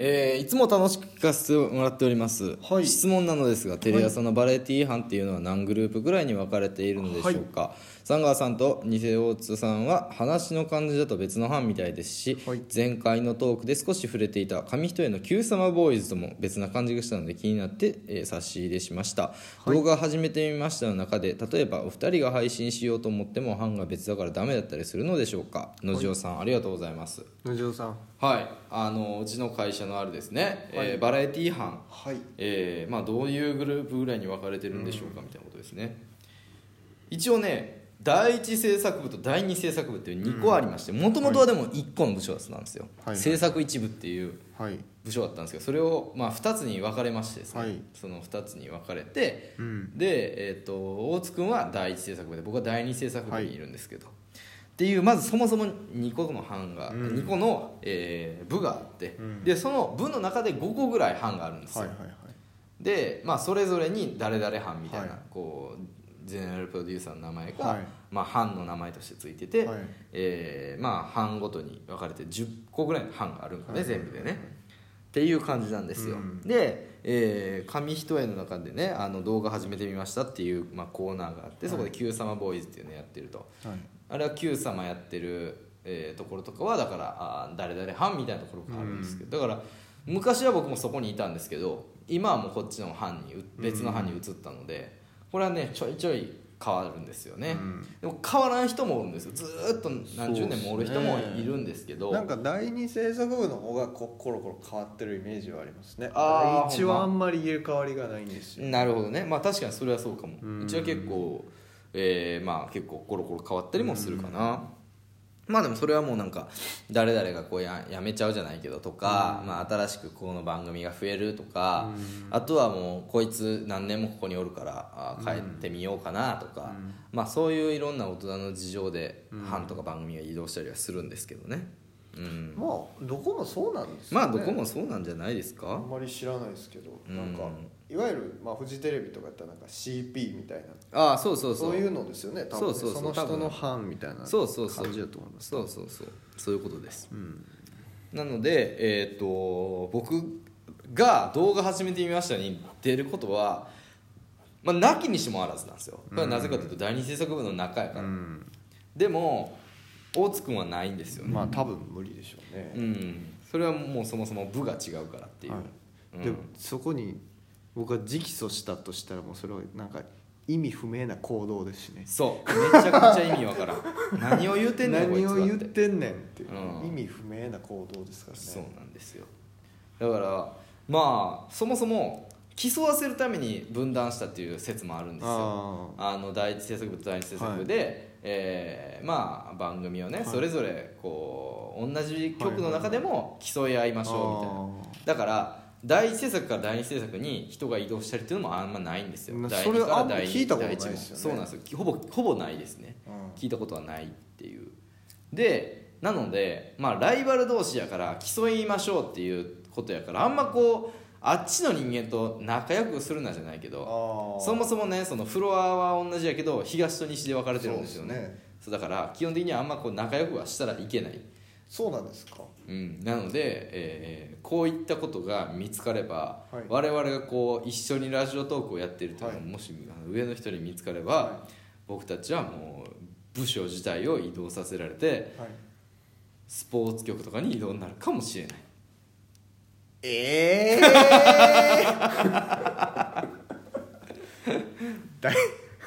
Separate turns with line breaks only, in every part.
えーいつも楽しく聞かせてもらっております、
はい
質問なのですがテレ朝のバラエティ班っていうのは何グループぐらいに分かれているのでしょうか、サンガーさんと偽大津さんは話の感じだと別の班みたいですし、
はい
前回のトークで少し触れていた紙一重の「Q 様ボーイズ」とも別な感じがしたので気になって、えー差し入れしました、動画始めてみましたの中で例えばお二人が配信しようと思っても班が別だからダメだったりするのでしょうか野次郎さん、ありがとうございます
野次郎さん
はい、あのうちの会社のあれですね、えーバラエティー班、
はい
えーまあ、どういうグループぐらいに分かれてるんでしょうかみたいなことですね一応ね第一制作部と第二制作部っていう2個ありましてもともとはでも1個の部署だったんですよ、
はい
制作一部っていう
はい
部署だったんですけどそれを、まあ、2つに分かれましてですね、
はい
その2つに分かれて、
うん
で、えー、と大津君は第一制作部で僕は第二制作部
はい
にいるんですけど、っていうまずそもそも2個の班が、
うん
2個の、えー部があって、
うん
でその部の中で5個ぐらい班があるんですよ、
はいはいはい
で、まあ、それぞれに誰々班みたいな、
はい
こうゼネラルプロデューサーの名前が、
はい
まあ、班の名前としてついてて、
はい
えーまあ、班ごとに分かれて10個ぐらいの班があるんかね、
はい
全部でね。っていう感じなんですよ、
うん
で、えー紙一重の中でねあの動画始めてみましたっていう、まあ、コーナーがあってそこで「Q 様ボーイズ」っていうのやってると、
はい
あれは Q 様やってる、えーところとかはだからあー誰々班みたいなところがあるんですけど、だから昔は僕もそこにいたんですけど今はもうこっちの班にう別の班に移ったので、これはねちょいちょい変わるんですよね、
うん
でも変わらん人もおるんですよずーっと何十年もおる人も
そうっすね
いるんですけど
なんか第二制作部の方がこコロコロ変わってるイメージはありますね
あー
第一はあんまり入れ替わりがないんですよ
なるほどねまあ確かにそれはそうかも
うん
うちは結構えーまあ結構コロコロ変わったりもするかなまあでもそれはもうなんか誰々がこうややめちゃうじゃないけどとか、まあ、新しくこの番組が増えるとか、あとはもうこいつ何年もここにおるからあ帰ってみようかなとか、まあそういういろんな大人の事情で班とか番組が移動したりはするんですけどね、うん、
まあどこもそうなんですよ
ま
ね
あどこもそうなんじゃないです
あ
か
んまり知らないですけど
うん
なんかいわゆるまあフジテレビとかやったらなんか CP みたいな
ああそうそうそう
そういうのですよね多分ね
そうそうそう
の
多
人
分
の班みたいな
そうそうそう
感じだと思います
そうそうそうそういうことです
うん
なので、えー、と僕が動画始めてみましたに出ることは、まあ、なきにしもあらずなんですよこれはなぜかというと第二制作部の中やか
う
ら、
ん
でも大津君はないんですよね、
まあ多分無理でしょう
う
ね
ん、それはもうそもそも部が違うからっていう、
は
うん
いでそこに僕が直訴したとしたらもうそれはなんか意味不明な行動ですしね
そうめちゃくちゃ意味わからん 何を言うてんねんこい
何
つは
を
って
言ってんねんっていう
うん
意味不明な行動ですからね
そうなんですよだからまあそもそも競わせるために分断したっていう説もあるんですよ
あ
あの第一制作部と第二制作部で、えーまあ、番組をね、
はい
それぞれこう同じ曲の中でも競い合いましょうみたいな、だから第一制作から第二制作に人が移動したりっていうのもあんまないんですよ
な
第二
それ
から
あんま
第一
聞いたことない
第一
ですよね
そうなんですよほぼほぼないですね
みたいな、うん
聞いたことはないっていうでなのでまあライバル同士やから競いましょうっていうことやからあんまこうあっちの人間と仲良くするなじゃないけど
あー
そもそもねそのフロアは同じやけど東と西で分かれてるんですよね
そ
そうう
ですね
だから基本的にはあんまこう仲良くはしたらいけない、
そうなんですか
うん、なので、えーこういったことが見つかれば、
はい
我々がこう一緒にラジオトークをやってるというのが
はい
もし上の人に見つかれば、
は
僕たちはもう部署自体を移動させられて
いはい
スポーツ局とかに移動になるかもしれない
ええ だい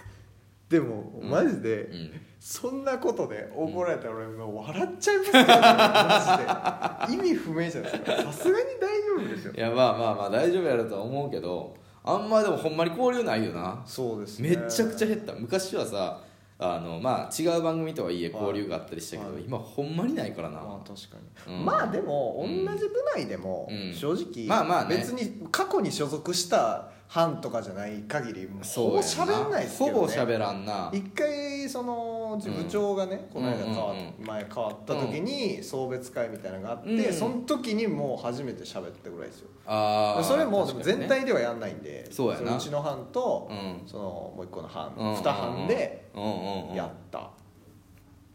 でもマジで、
うん
そんなことで怒られたら俺もう笑っちゃいますよ、マジで意味不明じゃないですかさすがに大丈夫ですよ
いやまあまあまあ大丈夫やろとは思うけどあんまでもほんまに交流ないよな
そうですね
めちゃくちゃ減った昔はさあのまあ違う番組とはいえ
はい
交流があったりしたけど、
はい
今ほんまにないからな、
まあ確かに、
うん
まあでも
う
同
ん
じ部内でも
うん
正直、
まあまあね
別に過去に所属した班とかじゃない限り
そう
ほぼ喋んないですけど、ね、
ほぼ喋らんな
一回その部長がね、この間変わっ
うんうん
前変わった時に送別会みたいなのがあって、
うん
その時にもう初めて喋ったぐらいですよ
あー
それもで
確
も
かに
全
ね
体ではやんないんで
そうやな
のうちの班と、
うん
そのもう一個の班、
うんうんうん
二班で
うんうんうん
やった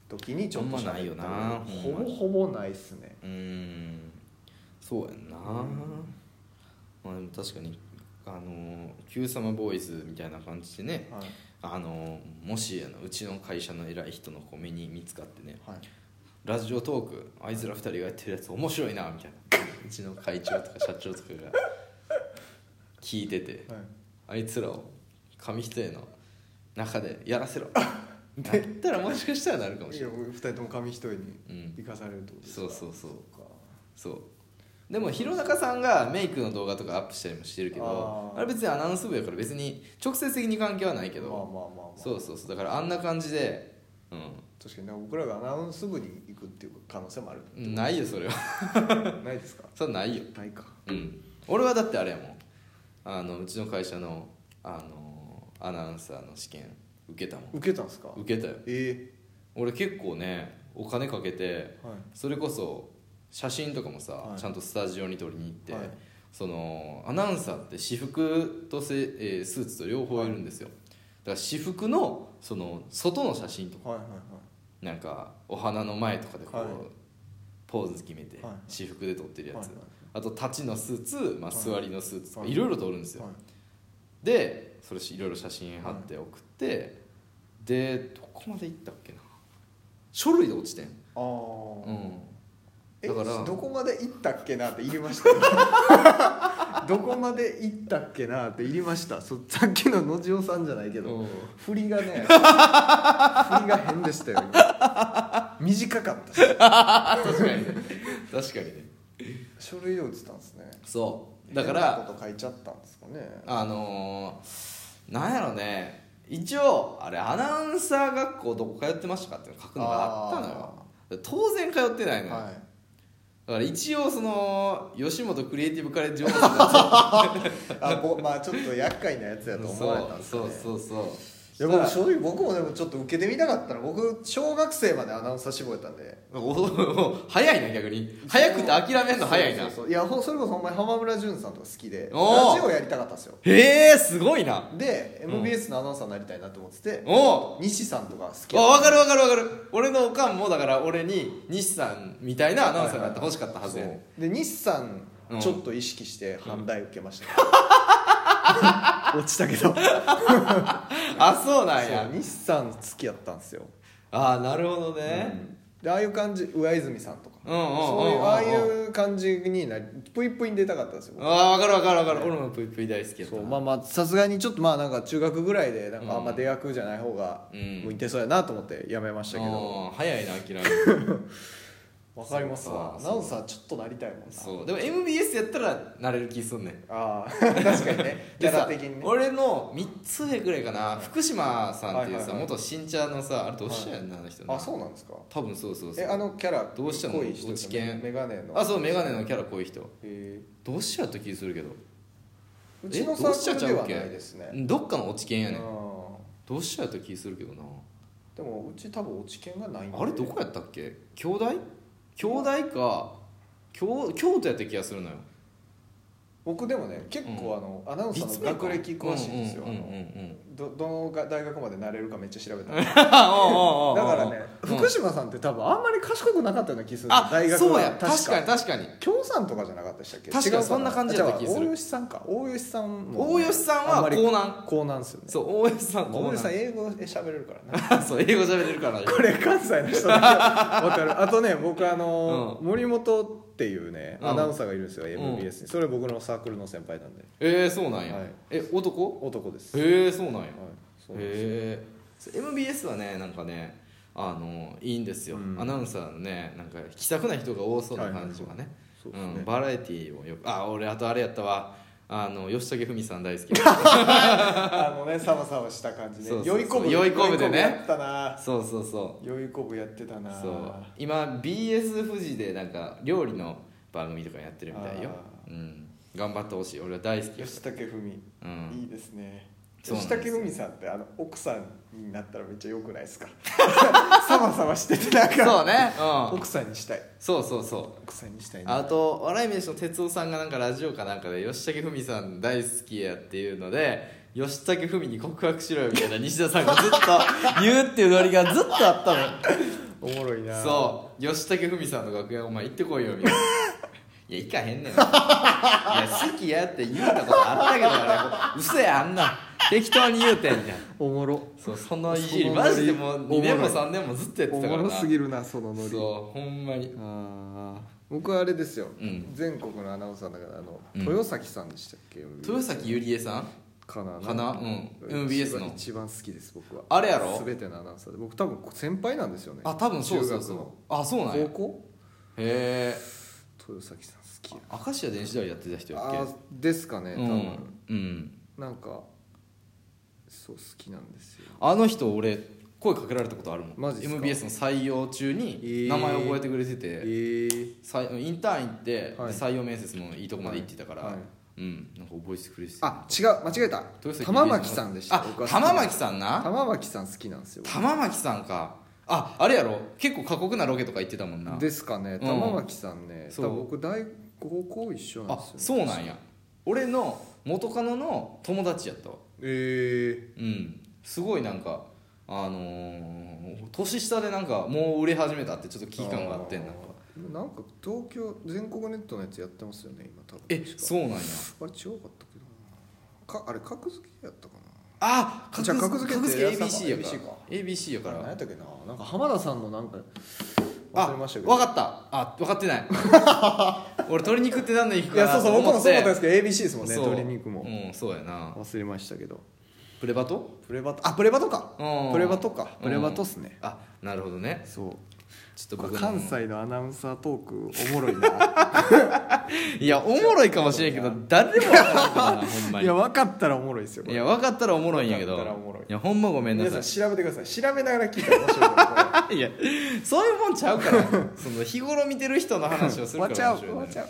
時にちょっと喋っ
あんま
たぐら
ないよな
ほぼほぼないっすね
うーんそうやんな、まあ、でも確かにあの「Q 様ボーイズ」みたいな感じでね
はい
あのもしあのうちの会社の偉い人のこう目に見つかってね
はい
ラジオトークあいつら二人がやってるやつ面白いなみたいなうちの会長とか社長とかが聞いてて
はい
あいつらを紙一重の中でやらせろだったらもしかしたらなるかもし
い
れ
や
ない
2人とも紙一重に
うん
生かされるってことです
そうそうそう
か
そうでも弘中さんがメイクの動画とかアップしたりもしてるけど
あー
あれ別にアナウンス部やから別に直接的に関係はないけ
まあま
ど
あまあまあ
そうそうそうだからあんな感じでう
確かにね僕らがアナウンス部に行くっていう可能性 もある
んないよそれは
ないですか
それはないよ
ないか
うん俺はだってあれやもんあのうちの会社のあのアナウンサーの試験受けたもん
受けたんですか
受けたよ
え
俺結構ねお金かけて
えはい
それこそ写真とかもさ、
はい
ちゃんとスタジオに撮りに行って、
はい
そのアナウンサーって私服とせ、えースーツと両方いるんですよ、だから私服のその外の写真とか
はいはい
なんかお花の前とかでこう、
はい
ポーズ決めて、
はい
私服で撮ってるやつ、
はいはい
あと立ちのスーツ、まあ、
はい
座りのスーツとか、
はい
いろいろ撮るんですよ、
はい
でそれしいろいろ写真貼って送って、でどこまで行ったっけな書類で落ちてん
ああ
うん
え
だから
どこまで行ったっけなって言いました どこまで行ったっけなって言いましたそさっきののじおさんじゃないけど、
うん
振りが ね振りが変でしたよ今短かったし
確かに 確かにね
書類で落ちたんですね
そうだか
変な
ら
こと書いちゃったんですかね
あのー、なんやろね一応あれアナウンサー学校どこ通ってましたかっていうの書くのがあったのよ当然通ってないのよ、
は
だから一応その吉本クリエイティブカレッジをそう
い、あぼまあちょっと厄介なやつやと思われたんです
そ
ね
うそうそう
いや僕正直僕もでもちょっと受けてみたかったら僕小学生までアナウンサー志望やったんで
お早いな逆に早くて諦めんの早いな
そうそうそういやほそれこそほんまに浜村淳さんとか好きでラ
おー
ジオやりたかったんですよ
へえすごいな
で
うん
MBS のアナウンサーになりたいなと思ってて
おう
西さんとか好き
あ
や
わ
った
かるわかるわかる俺のおかんもだから俺に西さんみたいなアナウンサーになってほしかったはずやねん
そうで西さん
うん
ちょっと意識して反対受けました、 落ちたけど
あそうなん
そ
や
う西さん好きやったんですよ、
ああなるほどね、
でああいう感じ上泉さんとか
うんうんうんうんうん
そういうああいう感じになりぷいぷいに出たかったんですよ
ああ分かる分かる分かる、俺もプイプイ大好きやった
そうまあまあさすがにちょっとまあなんか中学ぐらいでなんかあんま出学じゃない方が
うん
向いてそうやなと思ってやめましたけど、
あー早いな諦める
わかりますわア
そう
ナ
か
ウンサーちょっとなりたいもんな
そうでも MBS やったらなれる気すんねん
ああ 確かにねキ
で
ャラ
さ
的にね
俺の3つ上ぐらいかな福島さんっていう
はいはい
さ、
はい
元新茶のさあれどうしやんな、あの人な
あそうなんですか
多分そうそうそう
えあのキャラ
どうしたの
濃い人
落ち研
メガネの
あそうメガネのキャラ濃い人
え
どうしやった気するけど
ーうちの
えど
サ
うしちゃ
ー
っ
ク
ちゃ
ルで
うっ
は
け
ないですね
どっかの落ち券
う
や
ん
ねんどうしやった気するけどな
でもうち多分落ち研がないんで
あれどこやったっけ兄弟兄弟か京京都やった気がするのよ
僕でもね結構あの、アナウンサーの学歴詳しいんですよ、
うんうんうん
あ
う
の
ん
どどのが大学までなれるかめっちゃ調べた
だ
だか
から
ね、福島さんって多分あんまり賢くなかったような気する
あ
大学は
そうや確かに確かに
京さんとかじゃなかったでしたっけ
確かに
違う
そんな感じだった気する
あ違う大吉さんか大吉さんも
大吉さん
あ
は
まり
江南
高難ですよね
そう大吉さん
大吉さん
江
英語で喋れるからね
南 そう英語喋ってるから
これ関西の人だけわかるあとね僕あの、
う
森本っていうね
うん
アナウンサーがいるんですよ、
ん
MBS にそれ僕のサークルの先輩なんで
えー、そうなんや、
はい
え男
男です、はい、
へえそうなんや
そうなんです
へえ MBS はねなんかねあのいいんですよ、
うん
アナウンサーのねなんか気さくな人が多そうな感じがね,、
はいはいはいそうですね
ん、バラエティーもよくあ俺あとあれやったわあの吉武文さん大好き
あのねサバサバした感じね
そうそうそう
よいこぶ
よいこぶでね
よいこやったな
そうそうそう
よいこぶやってたな
そう今 BS 富士でなんか料理の番組とかやってるみたいよ
あ、
うん、頑張ってほしい俺は大好きよ、
吉武文、
うん
いいですね
そう
吉
なんです
武文さんってあの奥さんになったらめっちゃ良くないですか サバサバしててなんか
そうね、うん、
奥さんにしたい
そうそうそう
奥さんにしたいな
あと笑い飯の哲夫さんがなんかラジオかなんかで吉武文さん大好きやっていうので吉武文に告白しろよみたいな西田さんがずっと言うっていうノリがずっとあったの
おもろいな
そう吉武文さんの楽屋お前行ってこいよみたいないや行かへんねんいや好きやって言うたことあったけどあれ嘘やあんな適当に言うてんじゃん
おもろ
そうそのいじりマジでもう2年も3年もずっとやっ
お
てたか
も
ら
ろ
な
すぎるなそのノリ
そうほんまに
ああ僕はあれですよ、
うん
全国のアナウンサーだからあの、
うん
豊崎さんでしたっけ
豊崎ゆりえさん
かな
かなうん MBS の
一番好きです僕は
あれやろ
全てのアナウンサーで僕多分先輩なんですよね
あ多分そうそう
中
そうあそうなん
学
や
の
へ
高校
え
豊崎さん好きや
明石家電子代やってた人やっけ
あですかね多分、
うん、うん、
なんかそう好きなんですよ
あの人俺声かけられたことあるもん
マジっすか
MBS の採用中
え
に
ー
名前覚えてくれてて、
えー、
採インターン行って、で
はい
採用面接もいいとこまで行ってたから、
はいはい
うんなんか覚えてくれてた
あ違う間違えた
豊崎
玉巻さんでした
あ
僕は好き
玉巻さんな
玉巻さん好きなんですよ
玉巻さんかああれやろ結構過酷なロケとか行ってたもんな
ですかね
うん
玉巻さんね、
そう
多分僕大高校一緒なん
あ
ですよ、ね、
そうなんや俺の元カノの友達やったわ
え
うんすごいなんかあのー年下でなんかもう売れ始めたってちょっと危機感があってんなんか
ー、なんか東京全国ネットのやつやってますよね今多分
え
確か
そうなんや
あれ違うかったけどなかあれ格付けやったか
あ格
じゃあ格付けって
付け ABC やか
ABC
ら
か
ABC やか
な何や
ら
ったっけななんか浜田さんのなんか
あ
忘れましたけど
分かったあ分かってない 俺鶏肉って何の肉
い
か
や
な
そう
と
そう僕
思
も
っ
そうだ
て
ったんですけど ABC ですもんね
そう
鶏肉も
うんそうやな
忘れましたけど
プレバト
プレバトあプレバトか
うん
プレバトか
うん
プレバトっすね
あなるほどね
そう
ちょっと僕の
関西のアナウンサートークおもろい な
いやおもろいかもしれんけど誰も分からんからなほんま
い
に
や分かったらおもろいですよこ
い
れ
や分かったらおもろいんやけど
分かったらおもろい
やほんまごめんな
皆
さ
さ
い
ん調べてください調べながら聞いたら面白い と思うこ
いやそういうもんちゃうからその日頃見てる人の話をする
れ
か
わ
ら
ちゃう
面白いのよ
わちゃう